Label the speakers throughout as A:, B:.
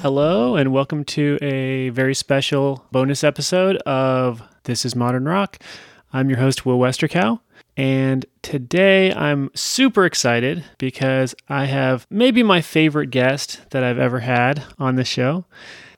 A: Hello, and welcome to a very special bonus episode of This is Modern Rock. I'm your host, Will Westerkow. And today I'm super excited because I have maybe my favorite guest that I've ever had on the show.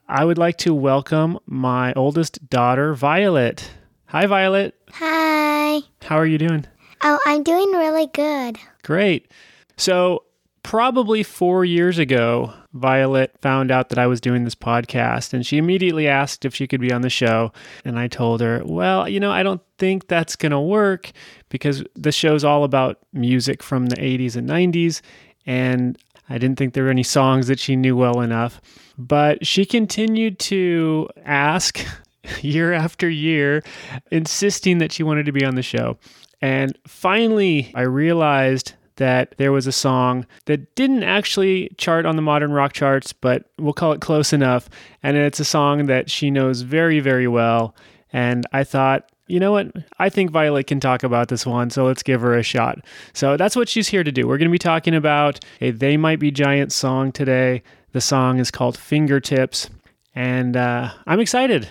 A: I would like to welcome my oldest daughter, Violet. Hi, Violet.
B: Hi.
A: How are you doing?
B: Oh, I'm doing really good.
A: Great. So, probably four years ago, Violet found out that I was doing this podcast and she immediately asked if she could be on the show. And I told her, well, you know, I don't think that's going to work because the show's all about music from the 80s and 90s. And I didn't think there were any songs that she knew well enough. But she continued to ask year after year, insisting that she wanted to be on the show. And finally, I realized that there was a song that didn't actually chart on the modern rock charts, but we'll call it close enough. And it's a song that she knows very, very well. And I thought, you know what? I think Violet can talk about this one, so let's give her a shot. So that's what she's here to do. We're going to be talking about a They Might Be Giant song today. The song is called Fingertips. And uh, I'm excited.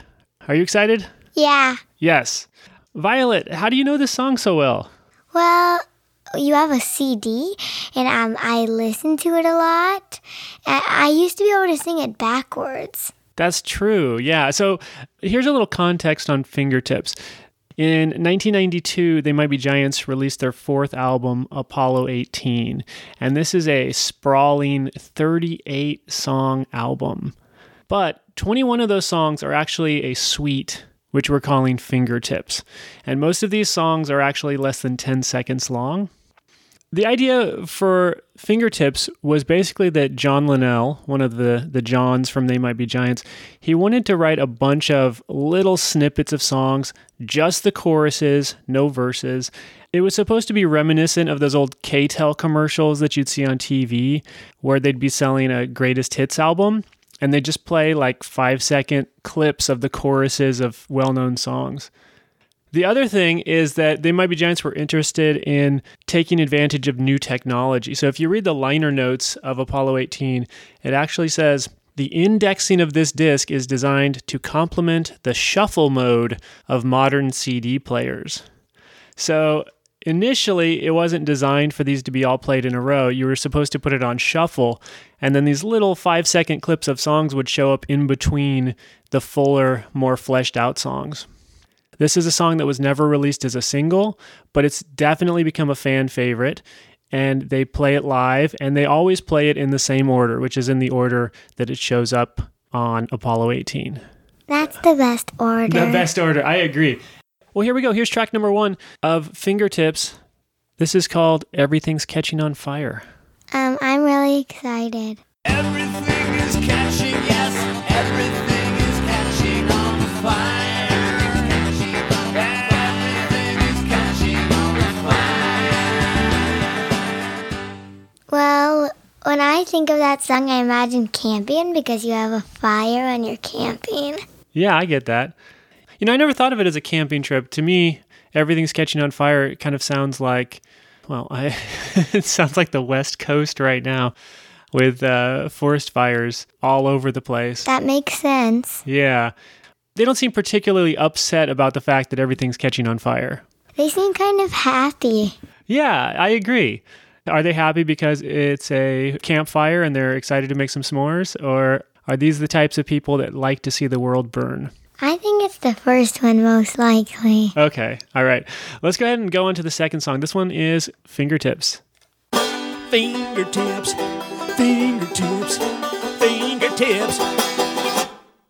A: Are you excited?
B: Yeah.
A: Yes. Violet, how do you know this song so well?
B: Well, you have a CD, and um, I listen to it a lot. And I used to be able to sing it backwards.
A: That's true. Yeah. So here's a little context on fingertips. In 1992, They Might Be Giants released their fourth album, Apollo 18. And this is a sprawling 38 song album. But 21 of those songs are actually a suite, which we're calling fingertips. And most of these songs are actually less than 10 seconds long. The idea for Fingertips was basically that John Linnell, one of the, the Johns from They Might Be Giants, he wanted to write a bunch of little snippets of songs, just the choruses, no verses. It was supposed to be reminiscent of those old KTEL commercials that you'd see on TV, where they'd be selling a greatest hits album, and they just play like five second clips of the choruses of well known songs. The other thing is that they might be giants were interested in taking advantage of new technology. So if you read the liner notes of Apollo 18, it actually says the indexing of this disc is designed to complement the shuffle mode of modern CD players. So initially it wasn't designed for these to be all played in a row. You were supposed to put it on shuffle, and then these little five second clips of songs would show up in between the fuller, more fleshed out songs. This is a song that was never released as a single, but it's definitely become a fan favorite. And they play it live, and they always play it in the same order, which is in the order that it shows up on Apollo 18.
B: That's the best order.
A: The best order. I agree. Well, here we go. Here's track number one of Fingertips. This is called Everything's Catching on Fire.
B: Um, I'm really excited.
C: Everything is catching, yes, everything is catching on fire. Everything is catching on
B: Well, when I think of that song, I imagine camping because you have a fire and you're camping.
A: Yeah, I get that. You know, I never thought of it as a camping trip. To me, Everything's Catching on Fire it kind of sounds like, well, I, it sounds like the West Coast right now with uh, forest fires all over the place.
B: That makes sense.
A: Yeah. They don't seem particularly upset about the fact that everything's catching on fire.
B: They seem kind of happy.
A: Yeah, I agree. Are they happy because it's a campfire and they're excited to make some s'mores? Or are these the types of people that like to see the world burn?
B: I think it's the first one, most likely.
A: Okay, all right. Let's go ahead and go on to the second song. This one is Fingertips.
C: Fingertips, fingertips, fingertips.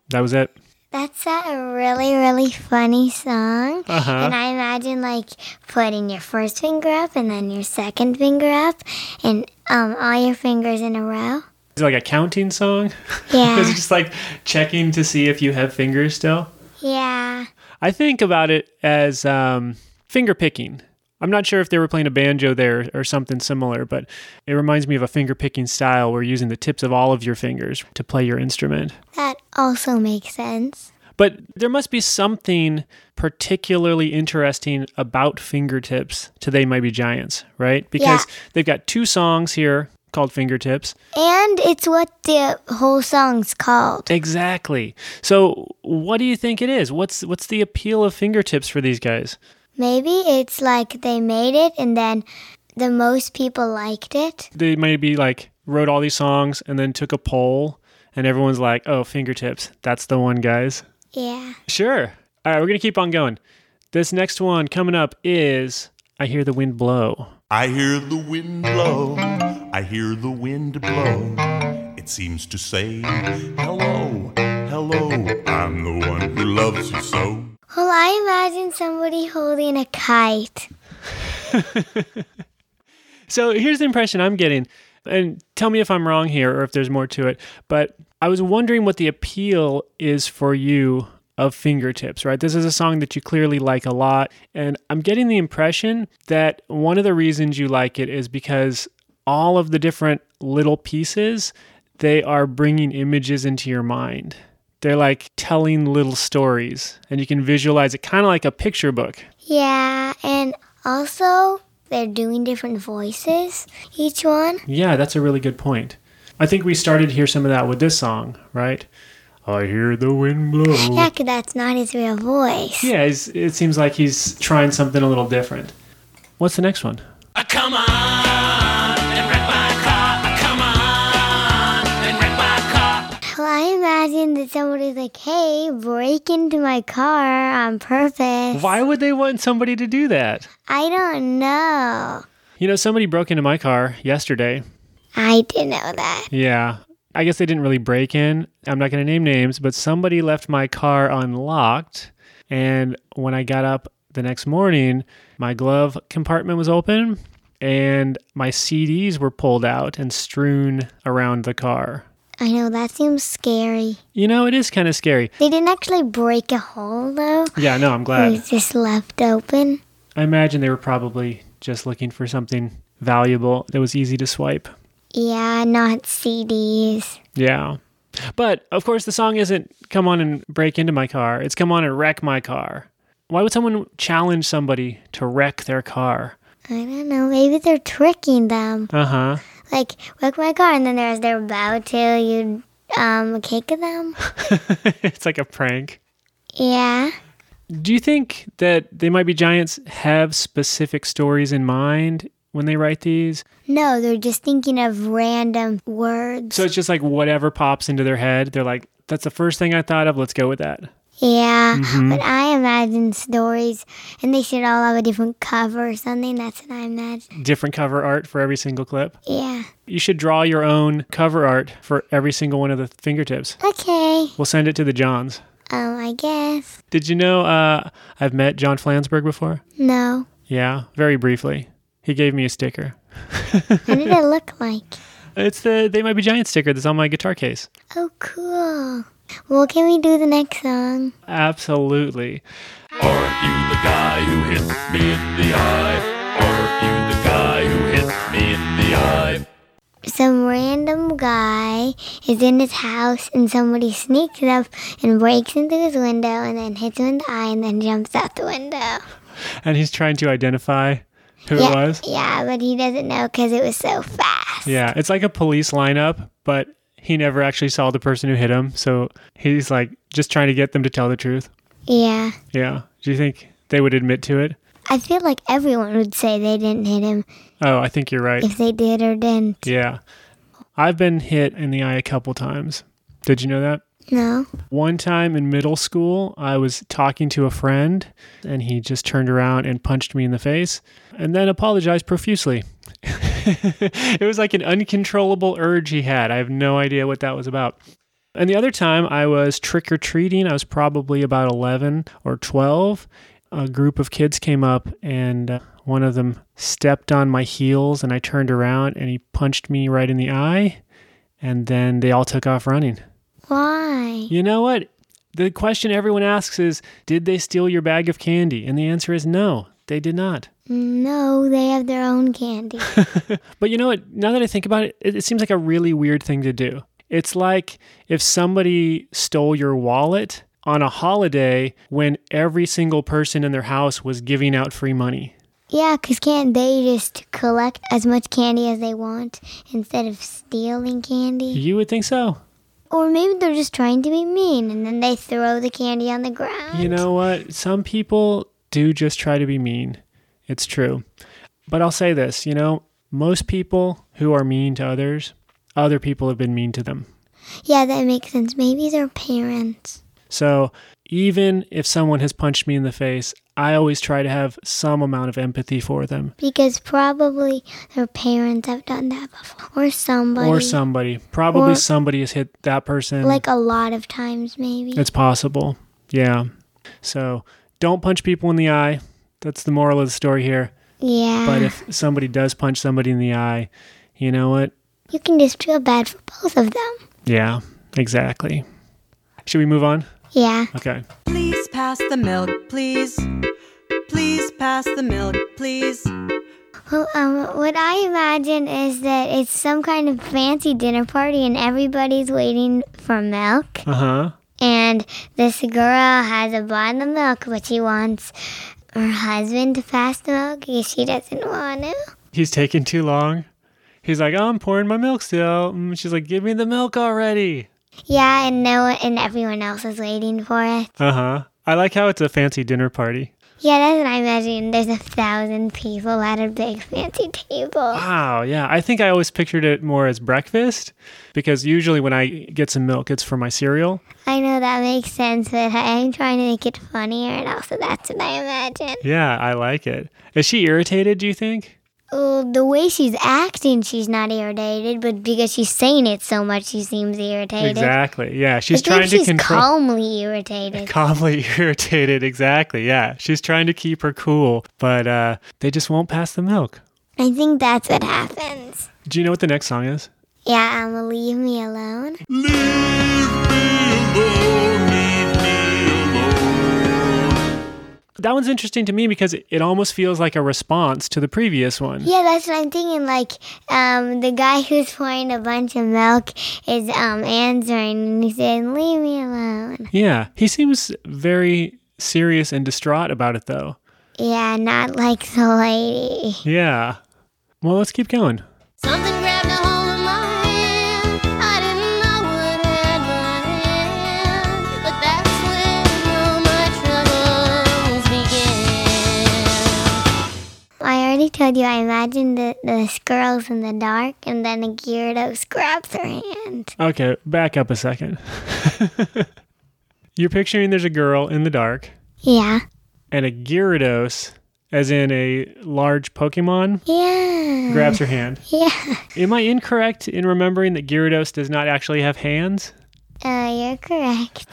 A: That was it.
B: That's a really, really funny song.
A: Uh-huh.
B: And I imagine like putting your first finger up and then your second finger up and um, all your fingers in a row.
A: Is it like a counting song?
B: Yeah.
A: is it just like checking to see if you have fingers still?
B: Yeah.
A: I think about it as um, finger picking. I'm not sure if they were playing a banjo there or something similar, but it reminds me of a finger picking style where you're using the tips of all of your fingers to play your instrument.
B: That also makes sense.
A: But there must be something particularly interesting about fingertips to They Might Be Giants, right? Because they've got two songs here called Fingertips.
B: And it's what the whole song's called.
A: Exactly. So, what do you think it is? What's what's the appeal of Fingertips for these guys?
B: Maybe it's like they made it and then the most people liked it.
A: They maybe like wrote all these songs and then took a poll and everyone's like, "Oh, Fingertips. That's the one, guys."
B: Yeah.
A: Sure. All right, we're going to keep on going. This next one coming up is I Hear the Wind Blow.
D: I hear the wind blow, I hear the wind blow. It seems to say, Hello, hello, I'm the one who loves you so.
B: Well, I imagine somebody holding a kite.
A: So here's the impression I'm getting, and tell me if I'm wrong here or if there's more to it. But I was wondering what the appeal is for you of Fingertips, right? This is a song that you clearly like a lot. And I'm getting the impression that one of the reasons you like it is because all of the different little pieces, they are bringing images into your mind. They're like telling little stories, and you can visualize it kind of like a picture book.
B: Yeah, and also they're doing different voices, each one.
A: Yeah, that's a really good point. I think we started to hear some of that with this song, right? I hear the wind blow.
B: Yeah, 'cause that's not his real voice.
A: Yeah, it's, it seems like he's trying something a little different. What's the next one?
C: I come on and wreck my car. I come on and wreck my car.
B: Well, I imagine that somebody's like, hey, break into my car on purpose.
A: Why would they want somebody to do that?
B: I don't know.
A: You know, somebody broke into my car yesterday.
B: I didn't know that.
A: Yeah. I guess they didn't really break in. I'm not going to name names, but somebody left my car unlocked. And when I got up the next morning, my glove compartment was open and my CDs were pulled out and strewn around the car.
B: I know, that seems scary.
A: You know, it is kind of scary.
B: They didn't actually break a hole, though.
A: Yeah, no, I'm
B: It
A: glad.
B: was just left open.
A: I imagine they were probably just looking for something valuable that was easy to swipe.
B: Yeah, not CDs.
A: Yeah. But of course, the song isn't come on and break into my car. It's come on and wreck my car. Why would someone challenge somebody to wreck their car?
B: I don't know. Maybe they're tricking them.
A: Uh huh.
B: Like, wreck my car, and then as they're about to, you um kick them.
A: it's like a prank.
B: Yeah.
A: Do you think that They Might Be Giants have specific stories in mind when they write these?
B: No, they're just thinking of random words.
A: So it's just like whatever pops into their head. They're like, that's the first thing I thought of. Let's go with that.
B: yeah, but I imagine stories, and they should all have a different cover or something. That's what I imagine.
A: Different cover art for every single clip.
B: Yeah.
A: You should draw your own cover art for every single one of the fingertips.
B: Okay.
A: We'll send it to the Johns.
B: Um, I guess.
A: Did you know uh, I've met John Flansburgh before?
B: No.
A: Yeah, very briefly. He gave me a sticker.
B: What did it look like?
A: It's the They Might Be Giant sticker that's on my guitar case.
B: Oh, cool. Well, can we do the next song?
A: Absolutely.
D: Aren't you the guy who hits me in the eye? Aren't you the guy who hits me in the eye?
B: Some random guy is in his house and somebody sneaks up and breaks into his window and then hits him in the eye and then jumps out the window.
A: And he's trying to identify who
B: yeah,
A: it was.
B: Yeah, but he doesn't know because it was so fast.
A: Yeah, it's like a police lineup, but he never actually saw the person who hit him. So he's like just trying to get them to tell the truth.
B: Yeah.
A: Yeah. Do you think they would admit to it?
B: I feel like everyone would say they didn't hit him
A: Oh, I think you're right.
B: if they did or didn't.
A: Yeah. I've been hit in the eye a couple times. Did you know that?
B: No.
A: One time in middle school, I was talking to a friend and he just turned around and punched me in the face and then apologized profusely. it was like an uncontrollable urge he had. I have no idea what that was about. And the other time, I was trick or treating. I was probably about 11 or 12. A group of kids came up and uh, one of them stepped on my heels and I turned around and he punched me right in the eye and then they all took off running.
B: Why?
A: You know what? The question everyone asks is Did they steal your bag of candy? And the answer is no, they did not.
B: No, they have their own candy.
A: But you know what? Now that I think about it, it, it seems like a really weird thing to do. It's like if somebody stole your wallet on a holiday when every single person in their house was giving out free money.
B: Yeah, 'cause can't they just collect as much candy as they want instead of stealing candy?
A: You would think so.
B: Or maybe they're just trying to be mean and then they throw the candy on the ground.
A: You know what? Some people do just try to be mean. It's true. But I'll say this you know, most people who are mean to others, other people have been mean to them.
B: Yeah, that makes sense. Maybe they're parents.
A: So even if someone has punched me in the face, I always try to have some amount of empathy for them
B: Because probably their parents have done that before. Or somebody.
A: or somebody. Probably
B: Or-
A: somebody has hit that person.
B: Like a lot of times, maybe.
A: It's possible. Yeah. So don't punch people in the eye. That's the moral of the story here.
B: yeah.
A: But if somebody does punch somebody in the eye, you know what?
B: you can just feel bad for both of them.
A: Yeah, exactly. Should we move on?
B: Yeah.
A: Okay.
E: Please pass the milk, please. Please pass the milk, please.
B: Well, um, what I imagine is that it's some kind of fancy dinner party and everybody's waiting for milk.
A: Uh huh.
B: And this girl has a bottle of milk, but she wants her husband to pass the milk because she doesn't want to.
A: He's taking too long. He's like, oh, I'm pouring my milk still. Mm, She's like, give me the milk already.
B: Yeah, and no, and everyone else is waiting for it.
A: Uh huh. I like how it's a fancy dinner party.
B: Yeah, that's what I imagine. There's a thousand people at a big fancy table.
A: Wow. Yeah. I think I always pictured it more as breakfast because usually when I get some milk, it's for my cereal.
B: I know that makes sense, but I'm trying to make it funnier, and also that's what I imagine.
A: Yeah, I like it. Is she irritated, do you think?
B: Well, the way she's acting, she's not irritated, but because she's saying it so much, she seems irritated.
A: Exactly. Yeah. She's
B: It's like
A: trying to
B: she's
A: control.
B: calmly irritated.
A: calmly irritated exactly yeah she's trying to keep her cool but uh they just won't pass the milk
B: I think that's what happens.
A: do you know what the next song is
B: Yeah, um, leave me alone.
D: Leave me alone, leave me alone.
A: that one's interesting to me because it it almost feels like a response to the previous one
B: Yeah, that's what I'm thinking. Like, um, the guy who's pouring a bunch of milk is um answering, and he said, "Leave me alone."
A: yeah he seems very serious and distraught about it though
B: Yeah, not like the lady.
A: yeah well let's keep going
F: Something grabbed a hold of my hand. I didn't know it had my hand, but that's when all my troubles began.
B: I already told you. I imagine the the squirrels in the dark, and then a Gyarados grabs her hand.
A: okay back up a second you're picturing there's a girl in the dark
B: Yeah.
A: and a gyarados as in a large pokemon
B: Yeah.
A: grabs her hand
B: Yeah.
A: Am I incorrect in remembering that Gyarados does not actually have hands?
B: Uh, you're correct.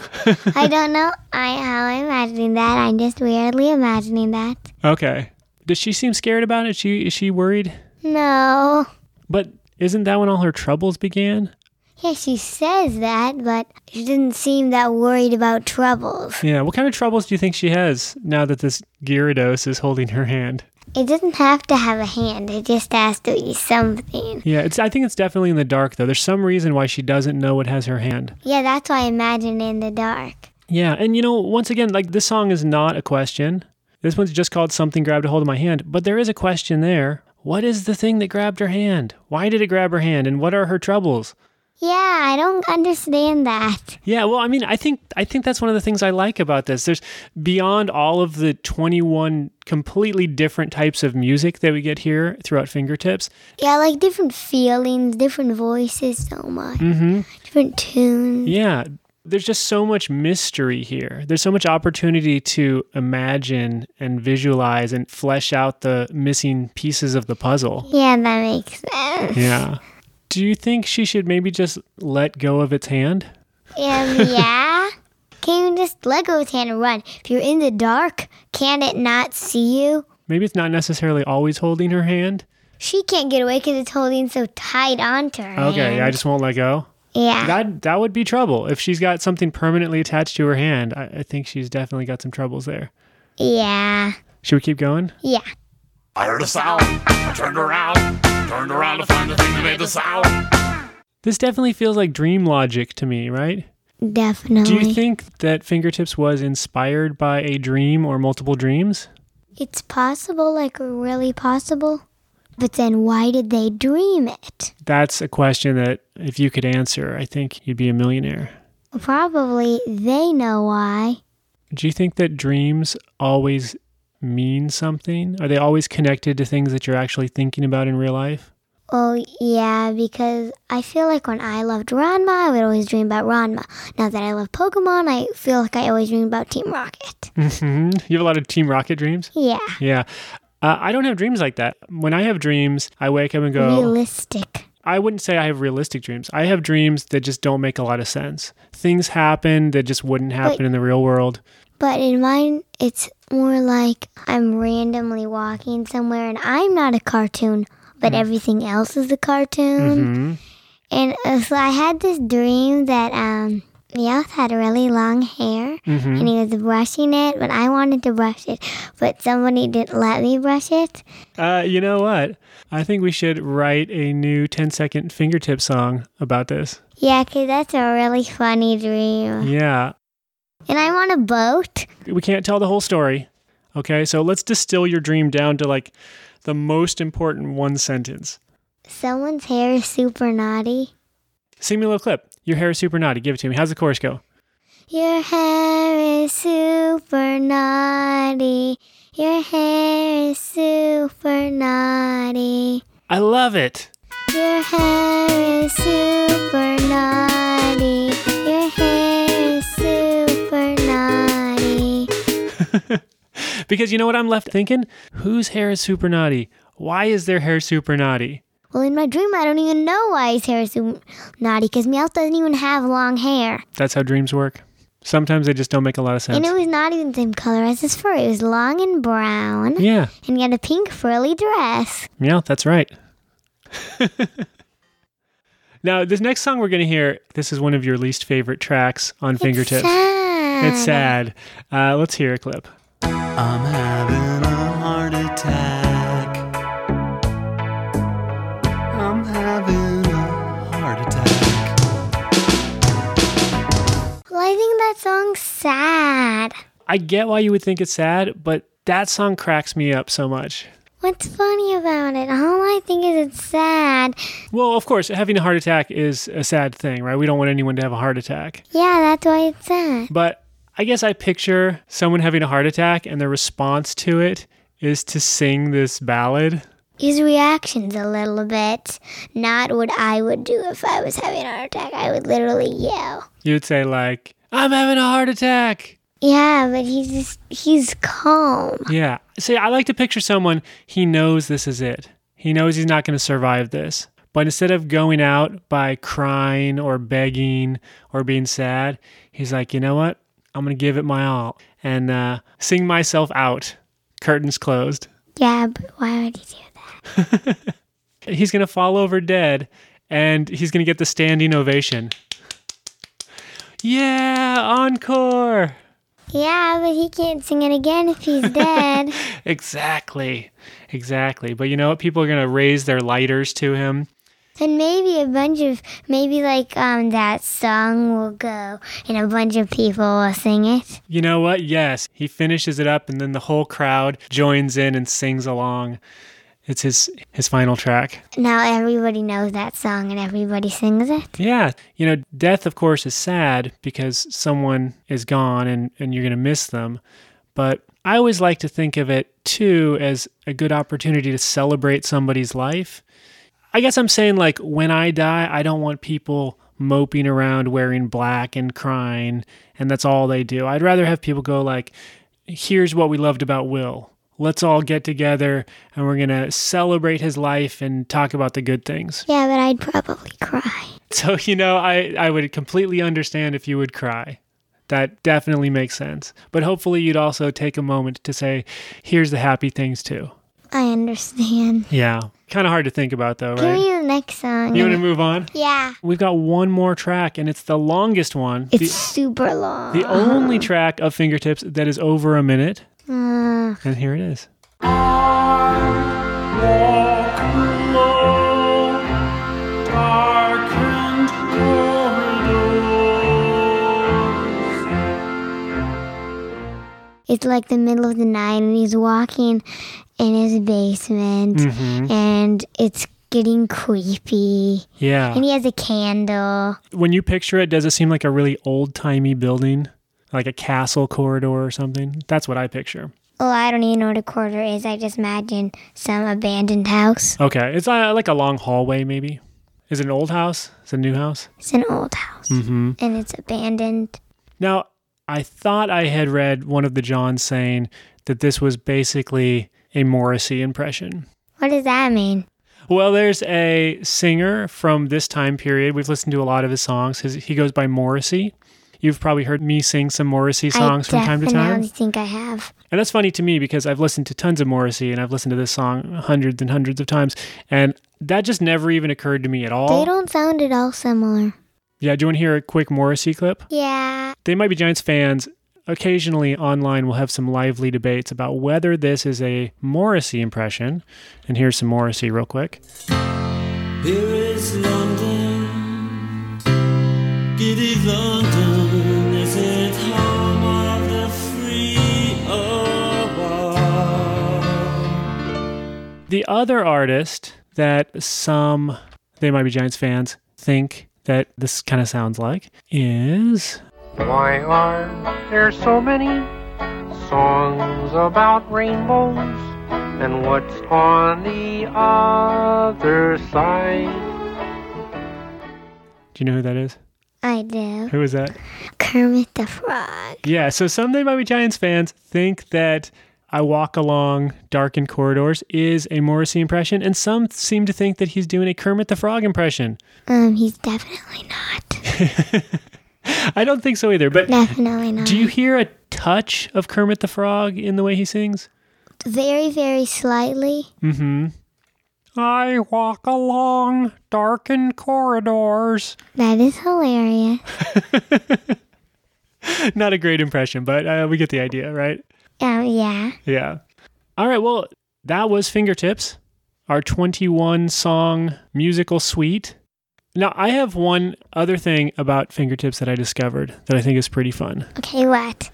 B: I don't know I how I'm imagining that. I'm just weirdly imagining that.
A: Okay. Does she seem scared about it? She is she worried?
B: No.
A: But isn't that when all her troubles began?
B: Yeah, she says that, but she didn't seem that worried about troubles.
A: Yeah. What kind of troubles do you think she has now that this Gyarados is holding her hand?
B: It doesn't have to have a hand. It just has to be something.
A: Yeah. It's. I think it's definitely in the dark though. There's some reason why she doesn't know what has her hand.
B: Yeah, that's why I imagine in the dark.
A: Yeah. And you know, once again, like this song is not a question. This one's just called "Something Grabbed a Hold of My Hand," but there is a question there. What is the thing that grabbed her hand? Why did it grab her hand? And what are her troubles?
B: Yeah, I don't understand that.
A: Yeah, well, I mean, I think I think that's one of the things I like about this. There's beyond all of the 21 completely different types of music that we get here throughout fingertips.
B: Yeah, I like different feelings, different voices so much.
A: Mm-hmm.
B: Different tunes.
A: Yeah, there's just so much mystery here. There's so much opportunity to imagine and visualize and flesh out the missing pieces of the puzzle.
B: Yeah, that makes sense.
A: Yeah. Do you think she should maybe just let go of its hand?
B: Um, yeah. Can you just let go of his hand and run? If you're in the dark, can it not see you?
A: Maybe it's not necessarily always holding her hand.
B: She can't get away because it's holding so tight onto her.
A: Okay,
B: hand.
A: I just won't let go.
B: yeah.
A: that that would be trouble if she's got something permanently attached to her hand. I, I think she's definitely got some troubles there.
B: yeah.
A: Should we keep going?
B: Yeah.
D: I heard a sound. I turned around. Turned around to find the thing that made the sound.
A: This definitely feels like dream logic to me, right?
B: Definitely.
A: Do you think that Fingertips was inspired by a dream or multiple dreams?
B: It's possible, like really possible. But then why did they dream it?
A: That's a question that if you could answer, I think you'd be a millionaire.
B: Probably they know why.
A: Do you think that dreams always mean something? Are they always connected to things that you're actually thinking about in real life?
B: Oh, yeah, because I feel like when I loved Ranma, I would always dream about Ranma. Now that I love Pokemon, I feel like I always dream about Team Rocket.
A: hmm You have a lot of Team Rocket dreams?
B: Yeah.
A: Yeah. Uh, I don't have dreams like that. When I have dreams, I wake up and go,
B: Realistic.
A: I wouldn't say I have realistic dreams. I have dreams that just don't make a lot of sense. Things happen that just wouldn't happen in the real world.
B: But in mine, it's more like I'm randomly walking somewhere and I'm not a cartoon, but everything else is a cartoon.
A: hmm
B: And uh, so I had this dream that um, Meowth had really long hair
A: hmm
B: and he was brushing it, but I wanted to brush it, but somebody didn't let me brush it.
A: Uh, you know what? I think we should write a new 10 second fingertip song about this.
B: Yeah, 'cause that's a really funny dream.
A: Yeah.
B: And I'm on a boat.
A: We can't tell the whole story. Okay. So let's distill your dream down to like the most important one sentence.
B: Someone's hair is super naughty.
A: Sing me a little clip. Your hair is super naughty. Give it to me. How's the chorus go?
B: Your hair is super naughty. Your hair is super naughty.
A: I love it.
B: Your hair is super naughty. Your hair is super naughty.
A: Because you know what I'm left thinking? Whose hair is super naughty? Why is their hair super naughty?
B: Well, in my dream, I don't even know why his hair is so naughty because Meowth doesn't even have long hair.
A: That's how dreams work. Sometimes they just don't make a lot of
B: And
A: sense.
B: it was not even the same color as his fur. It was long and brown.
A: Yeah.
B: And he had a pink frilly dress.
A: Yeah, that's right. now, this next song we're going to hear, this is one of your least favorite tracks on Fingertips.
B: Sad.
A: It's sad. Uh, let's hear a clip.
C: I'm having a heart attack. I'm having a heart attack.
B: Well, I think that song's sad.
A: I get why you would think it's sad, but that song cracks me up so much.
B: What's funny about it? All I think is it's sad.
A: Well, of course, having a heart attack is a sad thing, right? We don't want anyone to have a heart attack.
B: Yeah, that's why it's sad.
A: But I guess I picture someone having a heart attack and their response to it is to sing this ballad.
B: His reaction's a little bit not what I would do if I was having a heart attack. I would literally yell.
A: You'd say, like, I'm having a heart attack.
B: Yeah, but he's just, he's calm.
A: Yeah. See, I like to picture someone, he knows this is it. He knows he's not going to survive this. But instead of going out by crying or begging or being sad, he's like, you know what? I'm going to give it my all and uh, sing myself out, curtains closed.
B: Yeah, but why would he do that?
A: He's going to fall over dead and he's going to get the standing ovation. Yeah, encore.
B: Yeah, but he can't sing it again if he's dead.
A: Exactly. Exactly. But you know what? People are going to raise their lighters to him.
B: And maybe a bunch of maybe like um that song will go and a bunch of people will sing it.
A: You know what? Yes, he finishes it up, and then the whole crowd joins in and sings along. It's his his final track.
B: Now everybody knows that song and everybody sings it.
A: Yeah, you know, death of course is sad because someone is gone and and you're gonna miss them. But I always like to think of it too as a good opportunity to celebrate somebody's life. I guess I'm saying like when I die, I don't want people moping around wearing black and crying and that's all they do. I'd rather have people go like here's what we loved about Will. Let's all get together and we're going to celebrate his life and talk about the good things.
B: Yeah, but I'd probably cry.
A: So, you know, I, I would completely understand if you would cry. That definitely makes sense. But hopefully, you'd also take a moment to say, here's the happy things too.
B: I understand.
A: Yeah. Kind of hard to think about, though,
B: Give
A: right?
B: me the next song.
A: You want to move on?
B: yeah.
A: We've got one more track, and it's the longest one.
B: It's
A: The,
B: super long.
A: the only track of Fingertips that is over a minute.
B: Uh,
A: And here it is.
C: Dark and cold.
B: it's like the middle of the night and he's walking in his basement
A: Mm-hmm.
B: and it's getting creepy. And
A: Yeah.
B: he has a candle.
A: When you picture it, does it seem like a really old timey building? Like a castle corridor or something? That's what I picture.
B: Oh, I don't even know what a quarter is. I just imagine some abandoned house.
A: Okay. It's uh, like a long hallway, maybe. Is it an old house? Is it a new house?
B: It's an old
A: Hmm.
B: house and it's abandoned.
A: Now, I thought I had read one of the Johns saying that this was basically a Morrissey impression.
B: What does that mean?
A: Well, there's a singer from this time period. We've listened to a lot of his songs. His, he goes by Morrissey. You've probably heard me sing some Morrissey songs
B: I
A: from time to time.
B: definitely think I have.
A: And that's funny to me because I've listened to tons of Morrissey and I've listened to this song hundreds and hundreds of times. And that just never even occurred to me at all.
B: They don't sound at all similar.
A: yeah, do you want to hear a quick Morrissey clip?
B: Yeah.
A: They might be Giants fans. Occasionally online, we'll have some lively debates about whether this is a Morrissey impression. And here's some Morrissey, real quick.
G: Here is London, giddy London, is it home of the free or wild?
A: The other artist that some they might be Giants fans think that this kind of sounds like is
H: Why are there so many songs about rainbows? And what's on the other side?
A: do you know who that is?
B: I do.
A: Who is that?
B: Kermit the Frog.
A: Yeah, so some they might be Giants fans think that I walk along darkened corridors is a Morrissey impression, and some seem to think that he's doing a Kermit the Frog impression.
B: Um, he's definitely not.
A: I don't think so either, but
B: Definitely not.
A: do you hear a touch of Kermit the Frog in the way he sings?
B: very, very slightly.
A: I walk along darkened corridors.
B: That is hilarious.
A: not a great impression, but uh, we get the idea, right?
B: Um, yeah.
A: Yeah. All right. Well, that was Fingertips, our 21 song musical suite. Now, I have one other thing about Fingertips that I discovered that I think is pretty fun.
B: Okay, what?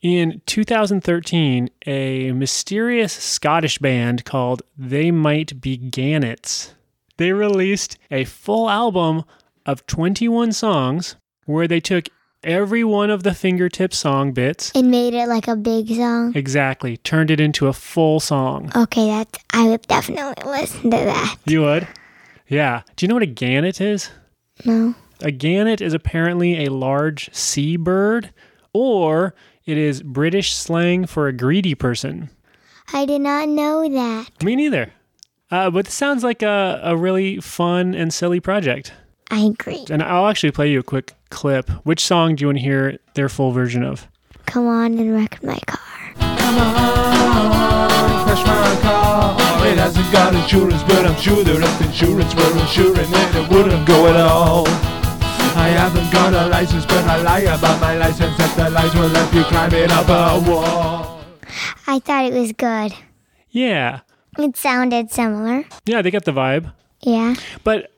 A: In 2013, a mysterious Scottish band called They Might Be Gannets. They released a full album of 21 songs where they took every one of the fingertip song bits
B: It made it like a big song.
A: Exactly. Turned it into a full song.
B: Okay, that's. I would definitely listen to that.
A: You would? Yeah. Do you know what a gannet is?
B: No.
A: A gannet is apparently a large seabird, or it is British slang for a greedy person.
B: I did not know that.
A: Me neither. Uh, but this sounds like a, a really fun and silly project.
B: I agree.
A: And I'll actually play you a quick clip. Which song do you want to hear their full version of?
B: Come on and wreck my car.
G: Crash my car, it hasn't got insurance, but I'm sure that if insurance were insuring it, it wouldn't go at all. I haven't got a license, but I lie about my license, that the lies will let you climbing up a wall.
B: I thought it was good.
A: Yeah.
B: It sounded similar.
A: Yeah, they got the vibe.
B: Yeah.
A: But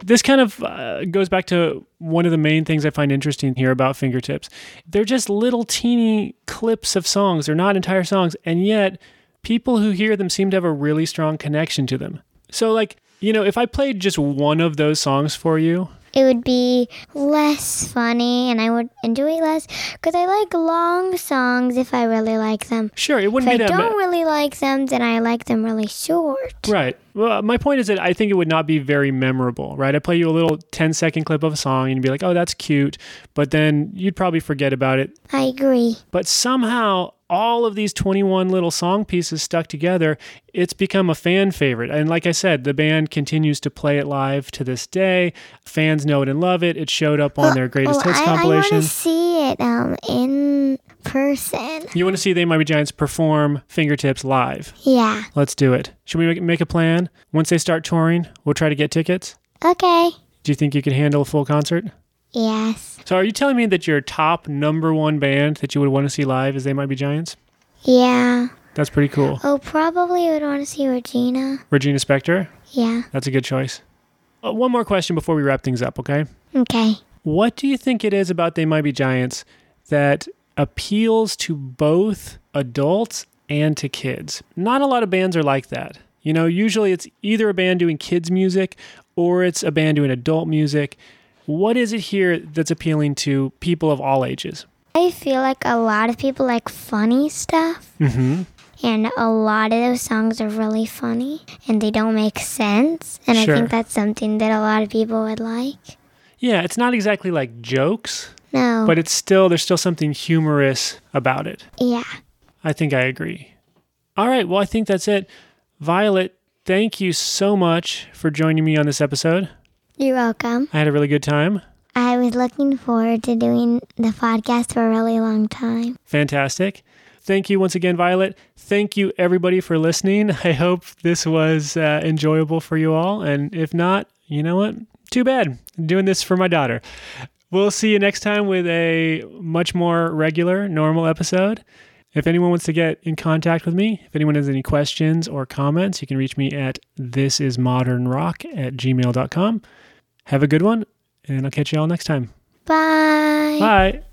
A: this kind of uh, goes back to one of the main things I find interesting here about fingertips. They're just little teeny clips of songs, they're not entire songs, and yet people who hear them seem to have a really strong connection to them. So, like, you know, if I played just one of those songs for you,
B: it would be less funny and I would enjoy it less because I like long songs if I really like them.
A: sure, it
B: If
A: wouldn't
B: I
A: be that
B: don't
A: ma-
B: really like them, then I like them really short.
A: Right. Well, uh, my point is that I think it would not be very memorable, right? I play you a little 10 second clip of a song and you'd be like, oh, that's cute. But then you'd probably forget about it
B: I agree.
A: but somehow all of these 21 little song pieces stuck together it's become a fan favorite and like i said the band continues to play it live to this day fans know it and love it it showed up on their greatest
B: oh,
A: hits
B: I, I want
A: compilation
B: to see it um in person.
A: you want to see they might be giants perform fingertips live
B: Yeah.
A: let's do it should we make, make a plan once they start touring we'll try to get tickets
B: Okay.
A: do you think you can handle a full concert
B: Yes.
A: so are you telling me that your top number one band that you would want to see live is they might be giants
B: Yeah.
A: that's pretty cool
B: Oh, probably would want to see Regina.
A: regina spektor
B: Yeah.
A: That's a good choice. Uh, one more question before we wrap things up, okay?
B: Okay.
A: What do you think it is about They Might Be Giants that appeals to both adults and to kids. Not a lot of bands are like that. You know, usually it's either a band doing kids music or it's a band doing adult music. What is it here that's appealing to people of all ages?
B: I feel like a lot of people like funny stuff. Mm-hmm. And a lot of those songs are really funny and they don't make sense. And
A: Sure.
B: I think that's something that a lot of people would like.
A: Yeah, it's not exactly like jokes,
B: No.
A: but it's still there's still something humorous about it.
B: yeah.
A: I think I agree. All right, well I think that's it. Violet, thank you so much for joining me on this episode.
B: You're welcome.
A: I had a really good time.
B: I was looking forward to doing the podcast for a really long time.
A: Fantastic. Thank you once again, Violet. Thank you, everybody, for listening. I hope this was uh, enjoyable for you all. And if not, you know what? Too bad. I'm doing this for my daughter. We'll see you next time with a much more regular, normal episode. If anyone wants to get in contact with me, if anyone has any questions or comments, you can reach me at thisismodernrock at gmail.com. Have a good one, and I'll catch you all next time.
B: Bye.
A: Bye.